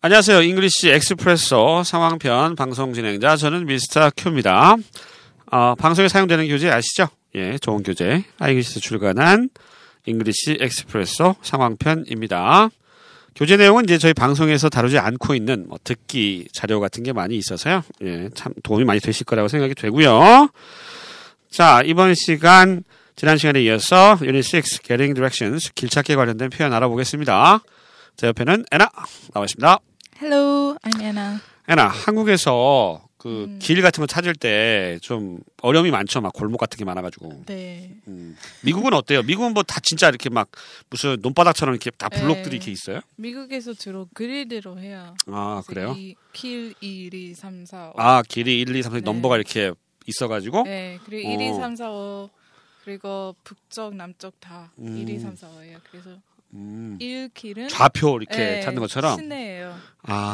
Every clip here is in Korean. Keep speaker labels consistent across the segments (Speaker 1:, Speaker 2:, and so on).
Speaker 1: 안녕하세요. 잉글리시 엑스프레소 상황편 방송 진행자 저는 미스터 큐입니다. 어, 방송에 사용되는 교재 아시죠? 예, 좋은 교재. 아이글리시에서 출간한 잉글리시 엑스프레소 상황편입니다. 교재 내용은 이제 저희 방송에서 다루지 않고 있는 뭐 듣기 자료 같은 게 많이 있어서요. 예, 참 도움이 많이 되실 거라고 생각이 되고요. 자, 이번 시간 지난 시간에 이어서 유닛 6 Getting Directions 길찾기 관련된 표현 알아보겠습니다. 제 옆에는 에나 나와 있습니다.
Speaker 2: Hello, I'm Anna.
Speaker 1: 애나 한국에서 그
Speaker 2: 음.
Speaker 1: 길 같은 거 찾을 때 좀 어려움이 많죠. 막 골목 같은 게 많아가지고.
Speaker 2: 네.
Speaker 1: 음. 미국은 어때요? 미국은 뭐 다 진짜 이렇게 막 무슨 논바닥처럼 이렇게 다 블록들이
Speaker 2: 네.
Speaker 1: 이렇게 있어요?
Speaker 2: 미국에서 주로 그릴대로 해요.
Speaker 1: 아 그래요?
Speaker 2: 이, 길 2, 1, 2, 3, 4, 5.
Speaker 1: 아 길이 1, 2, 3, 4
Speaker 2: 어. 네.
Speaker 1: 넘버가 이렇게 있어가지고
Speaker 2: 네, 그리고 1, 2, 3, 4, 5. 그리고 북쪽, 남쪽 다
Speaker 1: 음.
Speaker 2: 1, 2, 3, 4, 5예요. 그래서
Speaker 1: 음,
Speaker 2: 1길은 네,
Speaker 1: 좌표 이렇게 찾는 것처럼.
Speaker 2: 시내예요.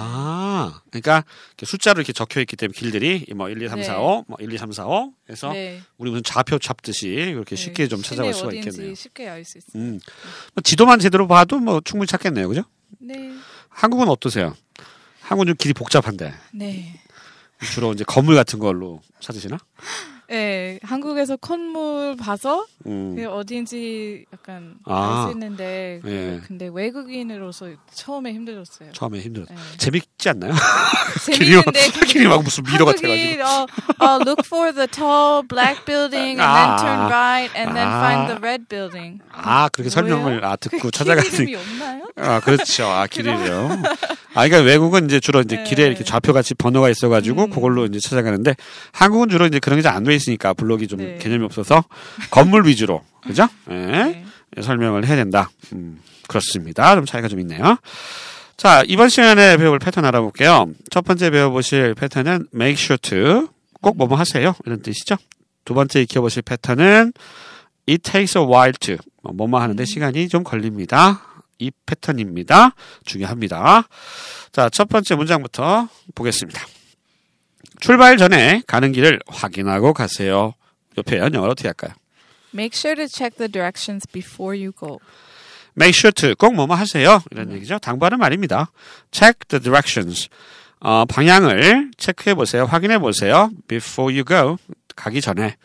Speaker 1: 아 그러니까 이렇게 숫자로 이렇게 적혀 있기 때문에 길들이 뭐 1, 2, 3,
Speaker 2: 네.
Speaker 1: 4, 5, 뭐 1, 2, 3, 4, 5 해서
Speaker 2: 네.
Speaker 1: 우리 무슨 좌표 잡듯이 이렇게
Speaker 2: 네,
Speaker 1: 쉽게 좀 찾아갈
Speaker 2: 시내
Speaker 1: 수가
Speaker 2: 어딘지
Speaker 1: 있겠네요.
Speaker 2: 쉽게 알 수 있어요.
Speaker 1: 음, 뭐 지도만 제대로 봐도 뭐 충분히 찾겠네요, 그죠?
Speaker 2: 네.
Speaker 1: 한국은 어떠세요? 한국은 좀 길이 복잡한데
Speaker 2: 네.
Speaker 1: 주로 이제 건물 같은 걸로 찾으시나?
Speaker 2: 네. 한국에서 건물 봐서
Speaker 1: 음.
Speaker 2: 그 어딘지 약간
Speaker 1: 아.
Speaker 2: 알 수 있는데 그-
Speaker 1: 예.
Speaker 2: 근데 외국인으로서 처음에 힘들었어요.
Speaker 1: 처음에 힘들었.
Speaker 2: 네.
Speaker 1: 재밌지 않나요? 길이 막
Speaker 2: 재밌는데 근데
Speaker 1: 길이 막 무슨 미로 같아가지고.
Speaker 2: 한국이 어, 어, look for the tall black building and
Speaker 1: 아.
Speaker 2: then turn right and then
Speaker 1: 아.
Speaker 2: find the red building.
Speaker 1: 아 그렇게 설명을 아
Speaker 2: 그
Speaker 1: 듣고
Speaker 2: 길
Speaker 1: 찾아가는.
Speaker 2: 이름이 없나요?
Speaker 1: 아 그렇죠. 아 길이래요. 아 그러니까 외국은 이제 주로 이제
Speaker 2: 네.
Speaker 1: 길에 이렇게 좌표 같이 번호가 있어가지고
Speaker 2: 음.
Speaker 1: 그걸로 이제 찾아가는데 한국은 주로 이제 그런 게 잘 안 돼 있으니까 블록이 좀
Speaker 2: 네.
Speaker 1: 개념이 없어서 건물 위주로 그죠? 예.
Speaker 2: 네.
Speaker 1: 설명을 해야 된다. 음, 그렇습니다. 좀 차이가 좀 있네요. 자, 이번 시간에 배워볼 패턴 알아볼게요. 첫 번째 배워보실 패턴은 make sure to 꼭 뭐뭐 하세요. 이런 뜻이죠. 두 번째 익혀보실 패턴은 it takes a while to 뭐 뭐뭐 하는데
Speaker 2: 음.
Speaker 1: 시간이 좀 걸립니다. 이 패턴입니다. 중요합니다. 자, 첫 번째 문장부터 보겠습니다. 출발 전에 가는 길을 확인하고 가세요. 옆에 영어로 어떻게 할까요?
Speaker 2: Make sure to check the directions before you go.
Speaker 1: make sure to 꼭 뭐뭐 하세요 이런 얘기죠. 당부하는 말입니다. check the directions 어, 방향을 체크해 보세요, 확인해 보세요 before you go 가기 전에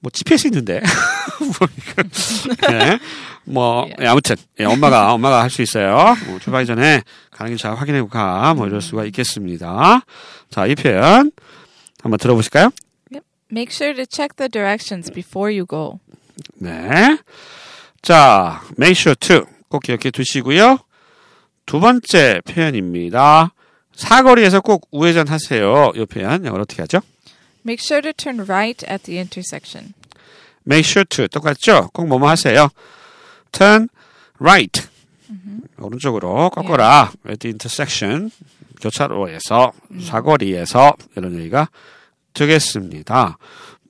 Speaker 1: 뭐 GPS 있는데 보니까 네. 뭐 예, 아무튼 예, 엄마가 엄마가 할 수 있어요. 뭐, 출발하기 전에 가는 길 잘 확인해 보가 뭐 이럴 수가 있겠습니다. 자 이 표현 한번 들어보실까요?
Speaker 2: Make sure to check the directions before you go.
Speaker 1: 네. 자, make sure to 꼭 기억해 두시고요. 두 번째 표현입니다. 사거리에서 꼭 우회전 하세요. 이 표현 영어로 어떻게 하죠?
Speaker 2: Make sure to turn right at the intersection.
Speaker 1: make sure to 똑같죠? 꼭 뭐뭐 하세요. turn right 오른쪽으로 꺾어라 at the intersection 교차로에서 사거리에서 이런 얘기가 되겠습니다.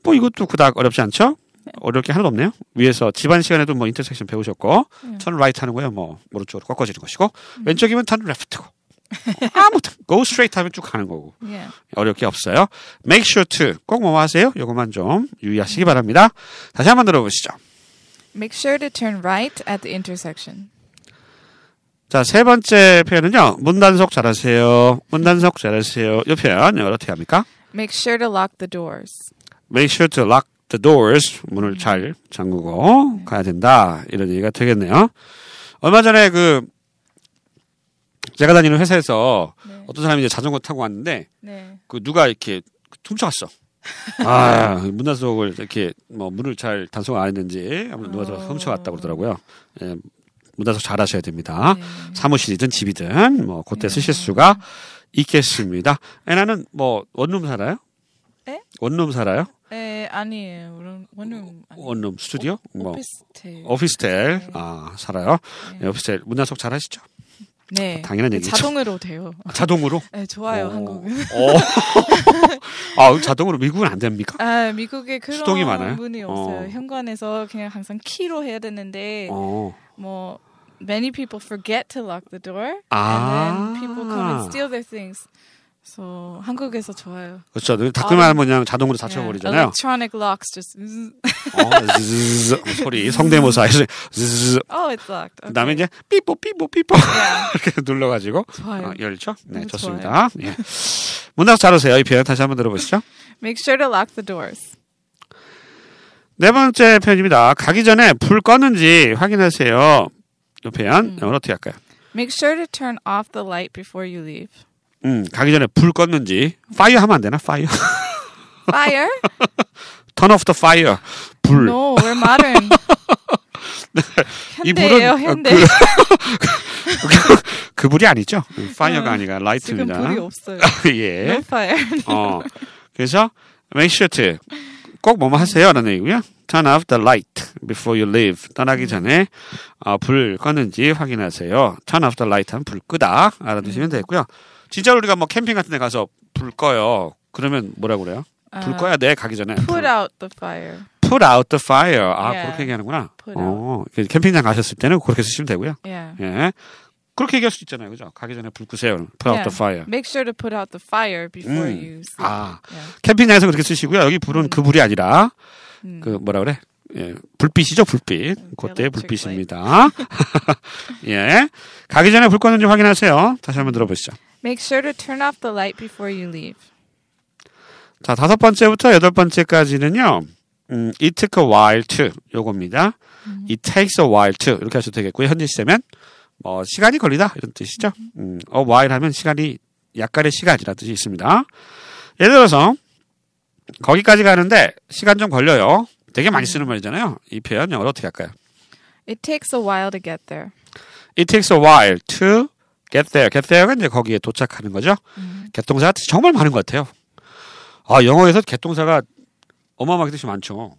Speaker 1: 뭐 이것도 그닥 어렵지 않죠? 어려울 게 하나도 없네요. 위에서 집안 시간에도 뭐 인터섹션 배우셨고 turn right 하는 거예요. 뭐 오른쪽으로 꺾어지는 것이고 왼쪽이면 turn left고 아무튼 go straight 하면 쭉 가는 거고
Speaker 2: Yeah.
Speaker 1: 어려울 게 없어요. Make sure to 꼭 뭐뭐 하세요. 요것만 좀 유의하시기 바랍니다. 다시 한번 들어보시죠.
Speaker 2: Make sure to turn right at the intersection.
Speaker 1: 자, 세 번째 표현은요. 문단속 잘하세요. 문단속 잘하세요. 이 표현 영어로 어떻게 합니까?
Speaker 2: Make sure to lock the doors.
Speaker 1: Make sure to lock the doors. 문을 잘 잠그고 가야 된다. 이런 얘기가 되겠네요. 얼마 전에 그 제가 다니는 회사에서
Speaker 2: 네.
Speaker 1: 어떤 사람이 이제 자전거 타고 왔는데
Speaker 2: 네.
Speaker 1: 그 누가 이렇게 훔쳐갔어. 아, 문단속을 이렇게 뭐 문을 잘 단속 안 했는지 아무튼 누가 서
Speaker 2: 어.
Speaker 1: 훔쳐갔다고 그러더라고요. 예, 문단속 잘 하셔야 됩니다.
Speaker 2: 네.
Speaker 1: 사무실이든 집이든 뭐 그때 쓰실 수가 있겠습니다. 에나는 뭐 원룸 살아요?
Speaker 2: 에?
Speaker 1: 원룸 살아요?
Speaker 2: 에 아니에요. 원룸 원룸 아니에요.
Speaker 1: 원룸 스튜디오? 뭐
Speaker 2: 오피스텔.
Speaker 1: 오피스텔
Speaker 2: 네.
Speaker 1: 아 살아요?
Speaker 2: 네.
Speaker 1: 예, 오피스텔 문단속 잘 하시죠?
Speaker 2: 네.
Speaker 1: 당연한 얘기죠.
Speaker 2: 자동으로 돼요.
Speaker 1: 자동으로?
Speaker 2: 네, 좋아요
Speaker 1: 어.
Speaker 2: 한국은.
Speaker 1: 어. 아 자동으로 미국은 안 됩니까?
Speaker 2: 아 미국에 그런
Speaker 1: 수동이 많아요?
Speaker 2: 문이
Speaker 1: 어.
Speaker 2: 없어요. 현관에서 그냥 항상 키로 해야 되는데
Speaker 1: 어.
Speaker 2: 뭐 many people forget to lock the door
Speaker 1: 아.
Speaker 2: and then people come and steal their things. 그래서 한국에서 좋아요. 네.
Speaker 1: 그렇죠. 닦으면 하면 그냥 자동으로 닫혀버리잖아요.
Speaker 2: Electronic locks just. zzz.
Speaker 1: 어, zzz, 소리 성대모사 해서 zzz.
Speaker 2: Oh, it's locked. Okay.
Speaker 1: 그다음에 이제 삐뽀 삐뽀 삐뽀
Speaker 2: Yeah.
Speaker 1: 이렇게 눌러가지고
Speaker 2: 네. 좋아요.
Speaker 1: 어, 열죠. 네,
Speaker 2: 네,
Speaker 1: 좋습니다. 예. 문학 잘 오세요. 이 표현 다시 한번 들어보시죠.
Speaker 2: Make sure to lock the doors.
Speaker 1: 네 번째 표현입니다. 가기 전에 불 껐는지 확인하세요. 이 표현
Speaker 2: 음.
Speaker 1: 영어로 어떻게 할까요?
Speaker 2: Make sure to turn off the light before you leave.
Speaker 1: 음, 가기 전에 불 껐는지 파이어 하면 안 되나? 파이어.
Speaker 2: Fire?
Speaker 1: Turn off the fire. 불.
Speaker 2: No, we're modern. 현대예요,
Speaker 1: 이분은, 어,
Speaker 2: 현대.
Speaker 1: 그 불이 아니죠. 파이어가
Speaker 2: 어,
Speaker 1: 아니라
Speaker 2: 지금
Speaker 1: 라이트입니다.
Speaker 2: 불이 없어요. No
Speaker 1: 예.
Speaker 2: fire.
Speaker 1: 어. 그래서 make sure to 꼭 뭐뭐 하세요라는 얘기고요. Turn off the light before you leave. 떠나기 전에 어, 불 껐는지 확인하세요. Turn off the light 하면 불 끄다 알아두시면 되겠고요. 진짜로 우리가 뭐 캠핑 같은 데 가서 불 꺼요. 그러면 뭐라고 그래요? 불 꺼야 돼 가기 전에.
Speaker 2: 아. Put out the fire.
Speaker 1: put out the fire. 아,
Speaker 2: 예.
Speaker 1: 그렇게 얘기하는구나.
Speaker 2: Put
Speaker 1: 어, 그 캠핑장 가셨을 때는 그렇게 쓰시면 되고요.
Speaker 2: Yeah.
Speaker 1: 예. 그렇게 얘기할 수 있잖아요. 그죠? 가기 전에 불 끄세요. put out
Speaker 2: 예.
Speaker 1: the fire.
Speaker 2: Make sure to put out the fire before
Speaker 1: 음.
Speaker 2: you sleep.
Speaker 1: 아,
Speaker 2: Yeah.
Speaker 1: 캠핑장에서 그렇게 쓰시고요. 여기 불은
Speaker 2: 음.
Speaker 1: 그 불이 아니라
Speaker 2: 음.
Speaker 1: 그 뭐라 그래? 예, 불빛이죠, 불빛. 그때
Speaker 2: electric
Speaker 1: 불빛입니다. 예. 가기 전에 불 껐는지 확인하세요. 다시 한번 들어보시죠.
Speaker 2: Make sure to turn off the light before you leave.
Speaker 1: 자, 다섯 번째부터 여덟 번째까지는요. 음, it took a while to 요겁니다. it takes a while to 이렇게 하셔도 되겠고요. 현재 시제면 뭐 시간이 걸리다 이런 뜻이죠. 음, a while 하면 시간이 약간의 시간이라는 뜻이 있습니다. 예를 들어서 거기까지 가는데 시간 좀 걸려요. 되게 많이 쓰는 말이잖아요. 이 표현 영어로 어떻게 할까요?
Speaker 2: It takes a while to get there.
Speaker 1: It takes a while to get there. get there가 이제 거기에 도착하는 거죠.
Speaker 2: 음.
Speaker 1: 개똥사가 뜻이 정말 많은 것 같아요. 아, 영어에서 개똥사가 어마어마하게 뜻이 많죠.
Speaker 2: Oh,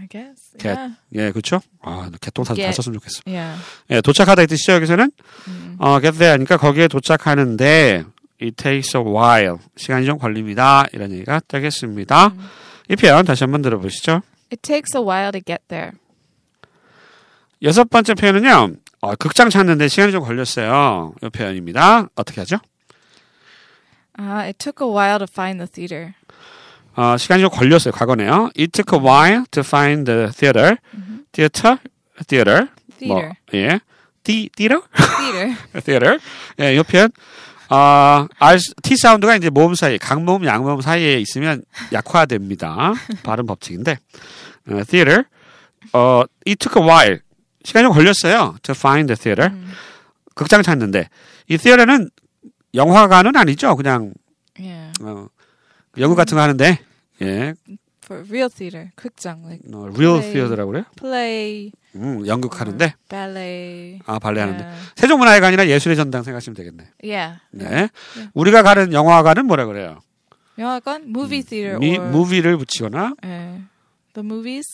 Speaker 2: I guess.
Speaker 1: Get-
Speaker 2: Yeah.
Speaker 1: 예, 그렇죠? 아, 개똥사 잘
Speaker 2: Get.
Speaker 1: 썼으면 좋겠어.
Speaker 2: Yeah.
Speaker 1: 예, 도착하다 이 뜻이죠. 여기서는
Speaker 2: 음.
Speaker 1: 어, get there. 그러니까 거기에 도착하는데 it takes a while. 시간이 좀 걸립니다. 이런 얘기가 되겠습니다.
Speaker 2: 음.
Speaker 1: 이 표현 다시 한번 들어보시죠.
Speaker 2: It takes a while to get there.
Speaker 1: 여섯 번째 표현은요. 어, 극장 찾는데 시간이 좀 걸렸어요. 이 표현입니다. 어떻게 하죠?
Speaker 2: Uh, it took a while to find the theater.
Speaker 1: 어, 시간이 좀 걸렸어요. 과거네요. It took a while to find the theater.
Speaker 2: Mhm.
Speaker 1: theater, theater.
Speaker 2: Theater.
Speaker 1: 예. 디, theater? theater.
Speaker 2: Theater.
Speaker 1: 예, 이 표현. 아, R, T 사운드가 이제 모음 사이, 강모음, 양모음 사이에 있으면 약화됩니다. 발음 법칙인데. 어, theater. 어, it took a while. 시간이 좀 걸렸어요. to find the theater.
Speaker 2: 음.
Speaker 1: 극장 찾는데. 이 theater는 영화관은 아니죠. 그냥,
Speaker 2: Yeah.
Speaker 1: 어, 연극 같은 거 하는데. 예.
Speaker 2: For real theater. 극장. Like
Speaker 1: 어, real
Speaker 2: 네.
Speaker 1: theater라고 그래요?
Speaker 2: play.
Speaker 1: 음, 연극 하는데.
Speaker 2: Ballet.
Speaker 1: 아, 발레 하는데.
Speaker 2: Yeah.
Speaker 1: 세종문화회관이나 예술의 전당 생각하시면 되겠네.
Speaker 2: Yeah.
Speaker 1: 네.
Speaker 2: 네. 네.
Speaker 1: 우리가 가는 영화관은 뭐라 그래요?
Speaker 2: 영화관? Movie theater
Speaker 1: 미,
Speaker 2: or
Speaker 1: 무비를 붙이거나
Speaker 2: 예. the movies.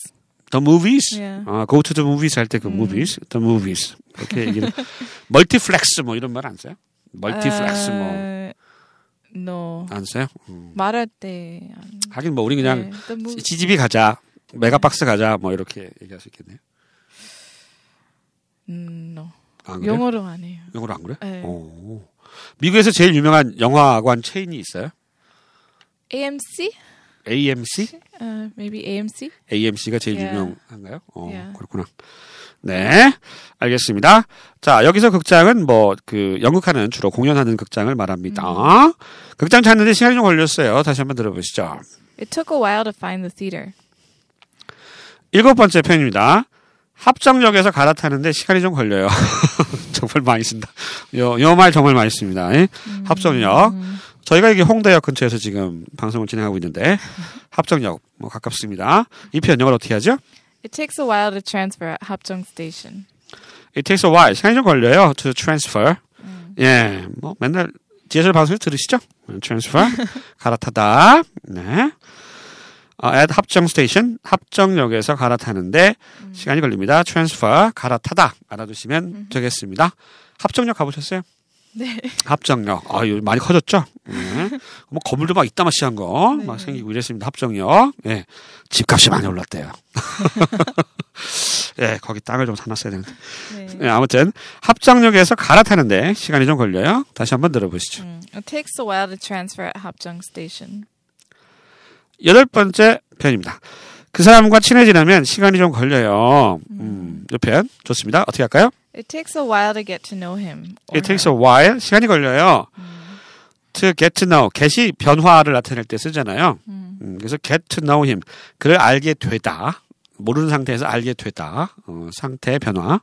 Speaker 1: the movies.
Speaker 2: 예.
Speaker 1: 아, go to the movies 할 때 그
Speaker 2: 음.
Speaker 1: movies, the movies. 이렇게 얘기를 멀티플렉스 뭐 이런 말 안 써요? 멀티플렉스
Speaker 2: 어, Uh, no.
Speaker 1: 뭐 안 써요? 음.
Speaker 2: 말할 때 안-
Speaker 1: 하긴 뭐 우리 그냥
Speaker 2: 네, the movie.
Speaker 1: CGV 가자, 메가박스 가자 뭐 이렇게 얘기할 수 있겠네요.
Speaker 2: 음, no.
Speaker 1: 안 아, 그래요?
Speaker 2: 영어로 안 해요.
Speaker 1: 영어로 안 그래?
Speaker 2: 네.
Speaker 1: 오. 미국에서 제일 유명한 영화관 체인이 있어요?
Speaker 2: AMC?
Speaker 1: AMC?
Speaker 2: Uh, maybe AMC?
Speaker 1: AMC가 제일
Speaker 2: 예.
Speaker 1: 유명한가요? 어,
Speaker 2: 예.
Speaker 1: 그렇구나. 네, 알겠습니다. 자, 여기서 극장은 뭐 그 연극하는 주로 공연하는 극장을 말합니다.
Speaker 2: 음.
Speaker 1: 극장 찾는데 시간이 좀 걸렸어요. 다시 한번 들어보시죠.
Speaker 2: It took a while to find the theater.
Speaker 1: 일곱 번째 표현입니다. 합정역에서 갈아타는데 시간이 좀 걸려요. 정말 많이 쓴다. 요, 요 말 정말 많이 씁니다. 예?
Speaker 2: 음.
Speaker 1: 합정역. 저희가 여기 홍대역 근처에서 지금 방송을 진행하고 있는데, 합정역, 뭐 가깝습니다. 이 표현 영어로 어떻게 하죠?
Speaker 2: It takes a while to transfer at Hapjeong Station.
Speaker 1: It takes a while. 시간이 좀 걸려요. To transfer.
Speaker 2: 음.
Speaker 1: 예, 뭐 맨날 디젤 방송에서 들으시죠? transfer. 갈아타다. 네. 어, at 합정 스테이션, 합정역에서 갈아타는데
Speaker 2: 음.
Speaker 1: 시간이 걸립니다. transfer, 갈아타다. 알아두시면 되겠습니다. 합정역 가보셨어요?
Speaker 2: 네.
Speaker 1: 합정역. 아, 요 많이 커졌죠? 네. 뭐 건물도 막 이따마시한 거,
Speaker 2: 네.
Speaker 1: 막 생기고 이랬습니다. 합정역. 예. 집값이 많이 올랐대요. 예, 거기 땅을 좀 사놨어야 되는데.
Speaker 2: 네.
Speaker 1: 예, 아무튼 합정역에서 갈아타는데 시간이 좀 걸려요. 다시 한번 들어보시죠.
Speaker 2: 음, It takes a while to transfer at Hapjeong Station.
Speaker 1: 여덟 번째 표현입니다. 그 사람과 친해지려면 시간이 좀 걸려요. 음, 이 표현 좋습니다. 어떻게 할까요?
Speaker 2: It takes a while to get to know him. or
Speaker 1: It takes
Speaker 2: her.
Speaker 1: a while. 시간이 걸려요. To get to know. get이 변화를 나타낼 때 쓰잖아요. 음, 그래서 get to know him. 그를 알게 되다. 모르는 상태에서 알게 되다. 어, 상태의 변화.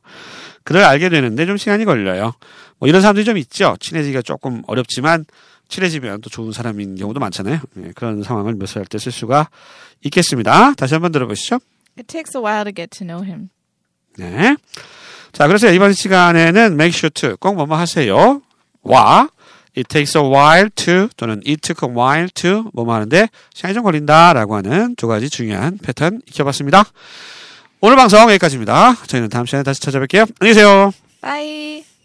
Speaker 1: 그를 알게 되는데 좀 시간이 걸려요. 뭐 이런 사람들이 좀 있죠. 친해지기가 조금 어렵지만 친해지면 또 좋은 사람인 경우도 많잖아요. 예, 그런 상황을 묘사할 때 쓸 수가 있겠습니다. 다시 한번 들어보시죠.
Speaker 2: It takes a while to get to know him.
Speaker 1: 네. 자, 그래서 이번 시간에는 make sure to 꼭 뭐뭐 하세요. 와 it takes a while to 또는 it took a while to 뭐뭐 하는데 시간이 좀 걸린다라고 하는 두 가지 중요한 패턴 익혀봤습니다. 오늘 방송 여기까지입니다. 저희는 다음 시간에 다시 찾아뵐게요. 안녕히 계세요.
Speaker 2: Bye.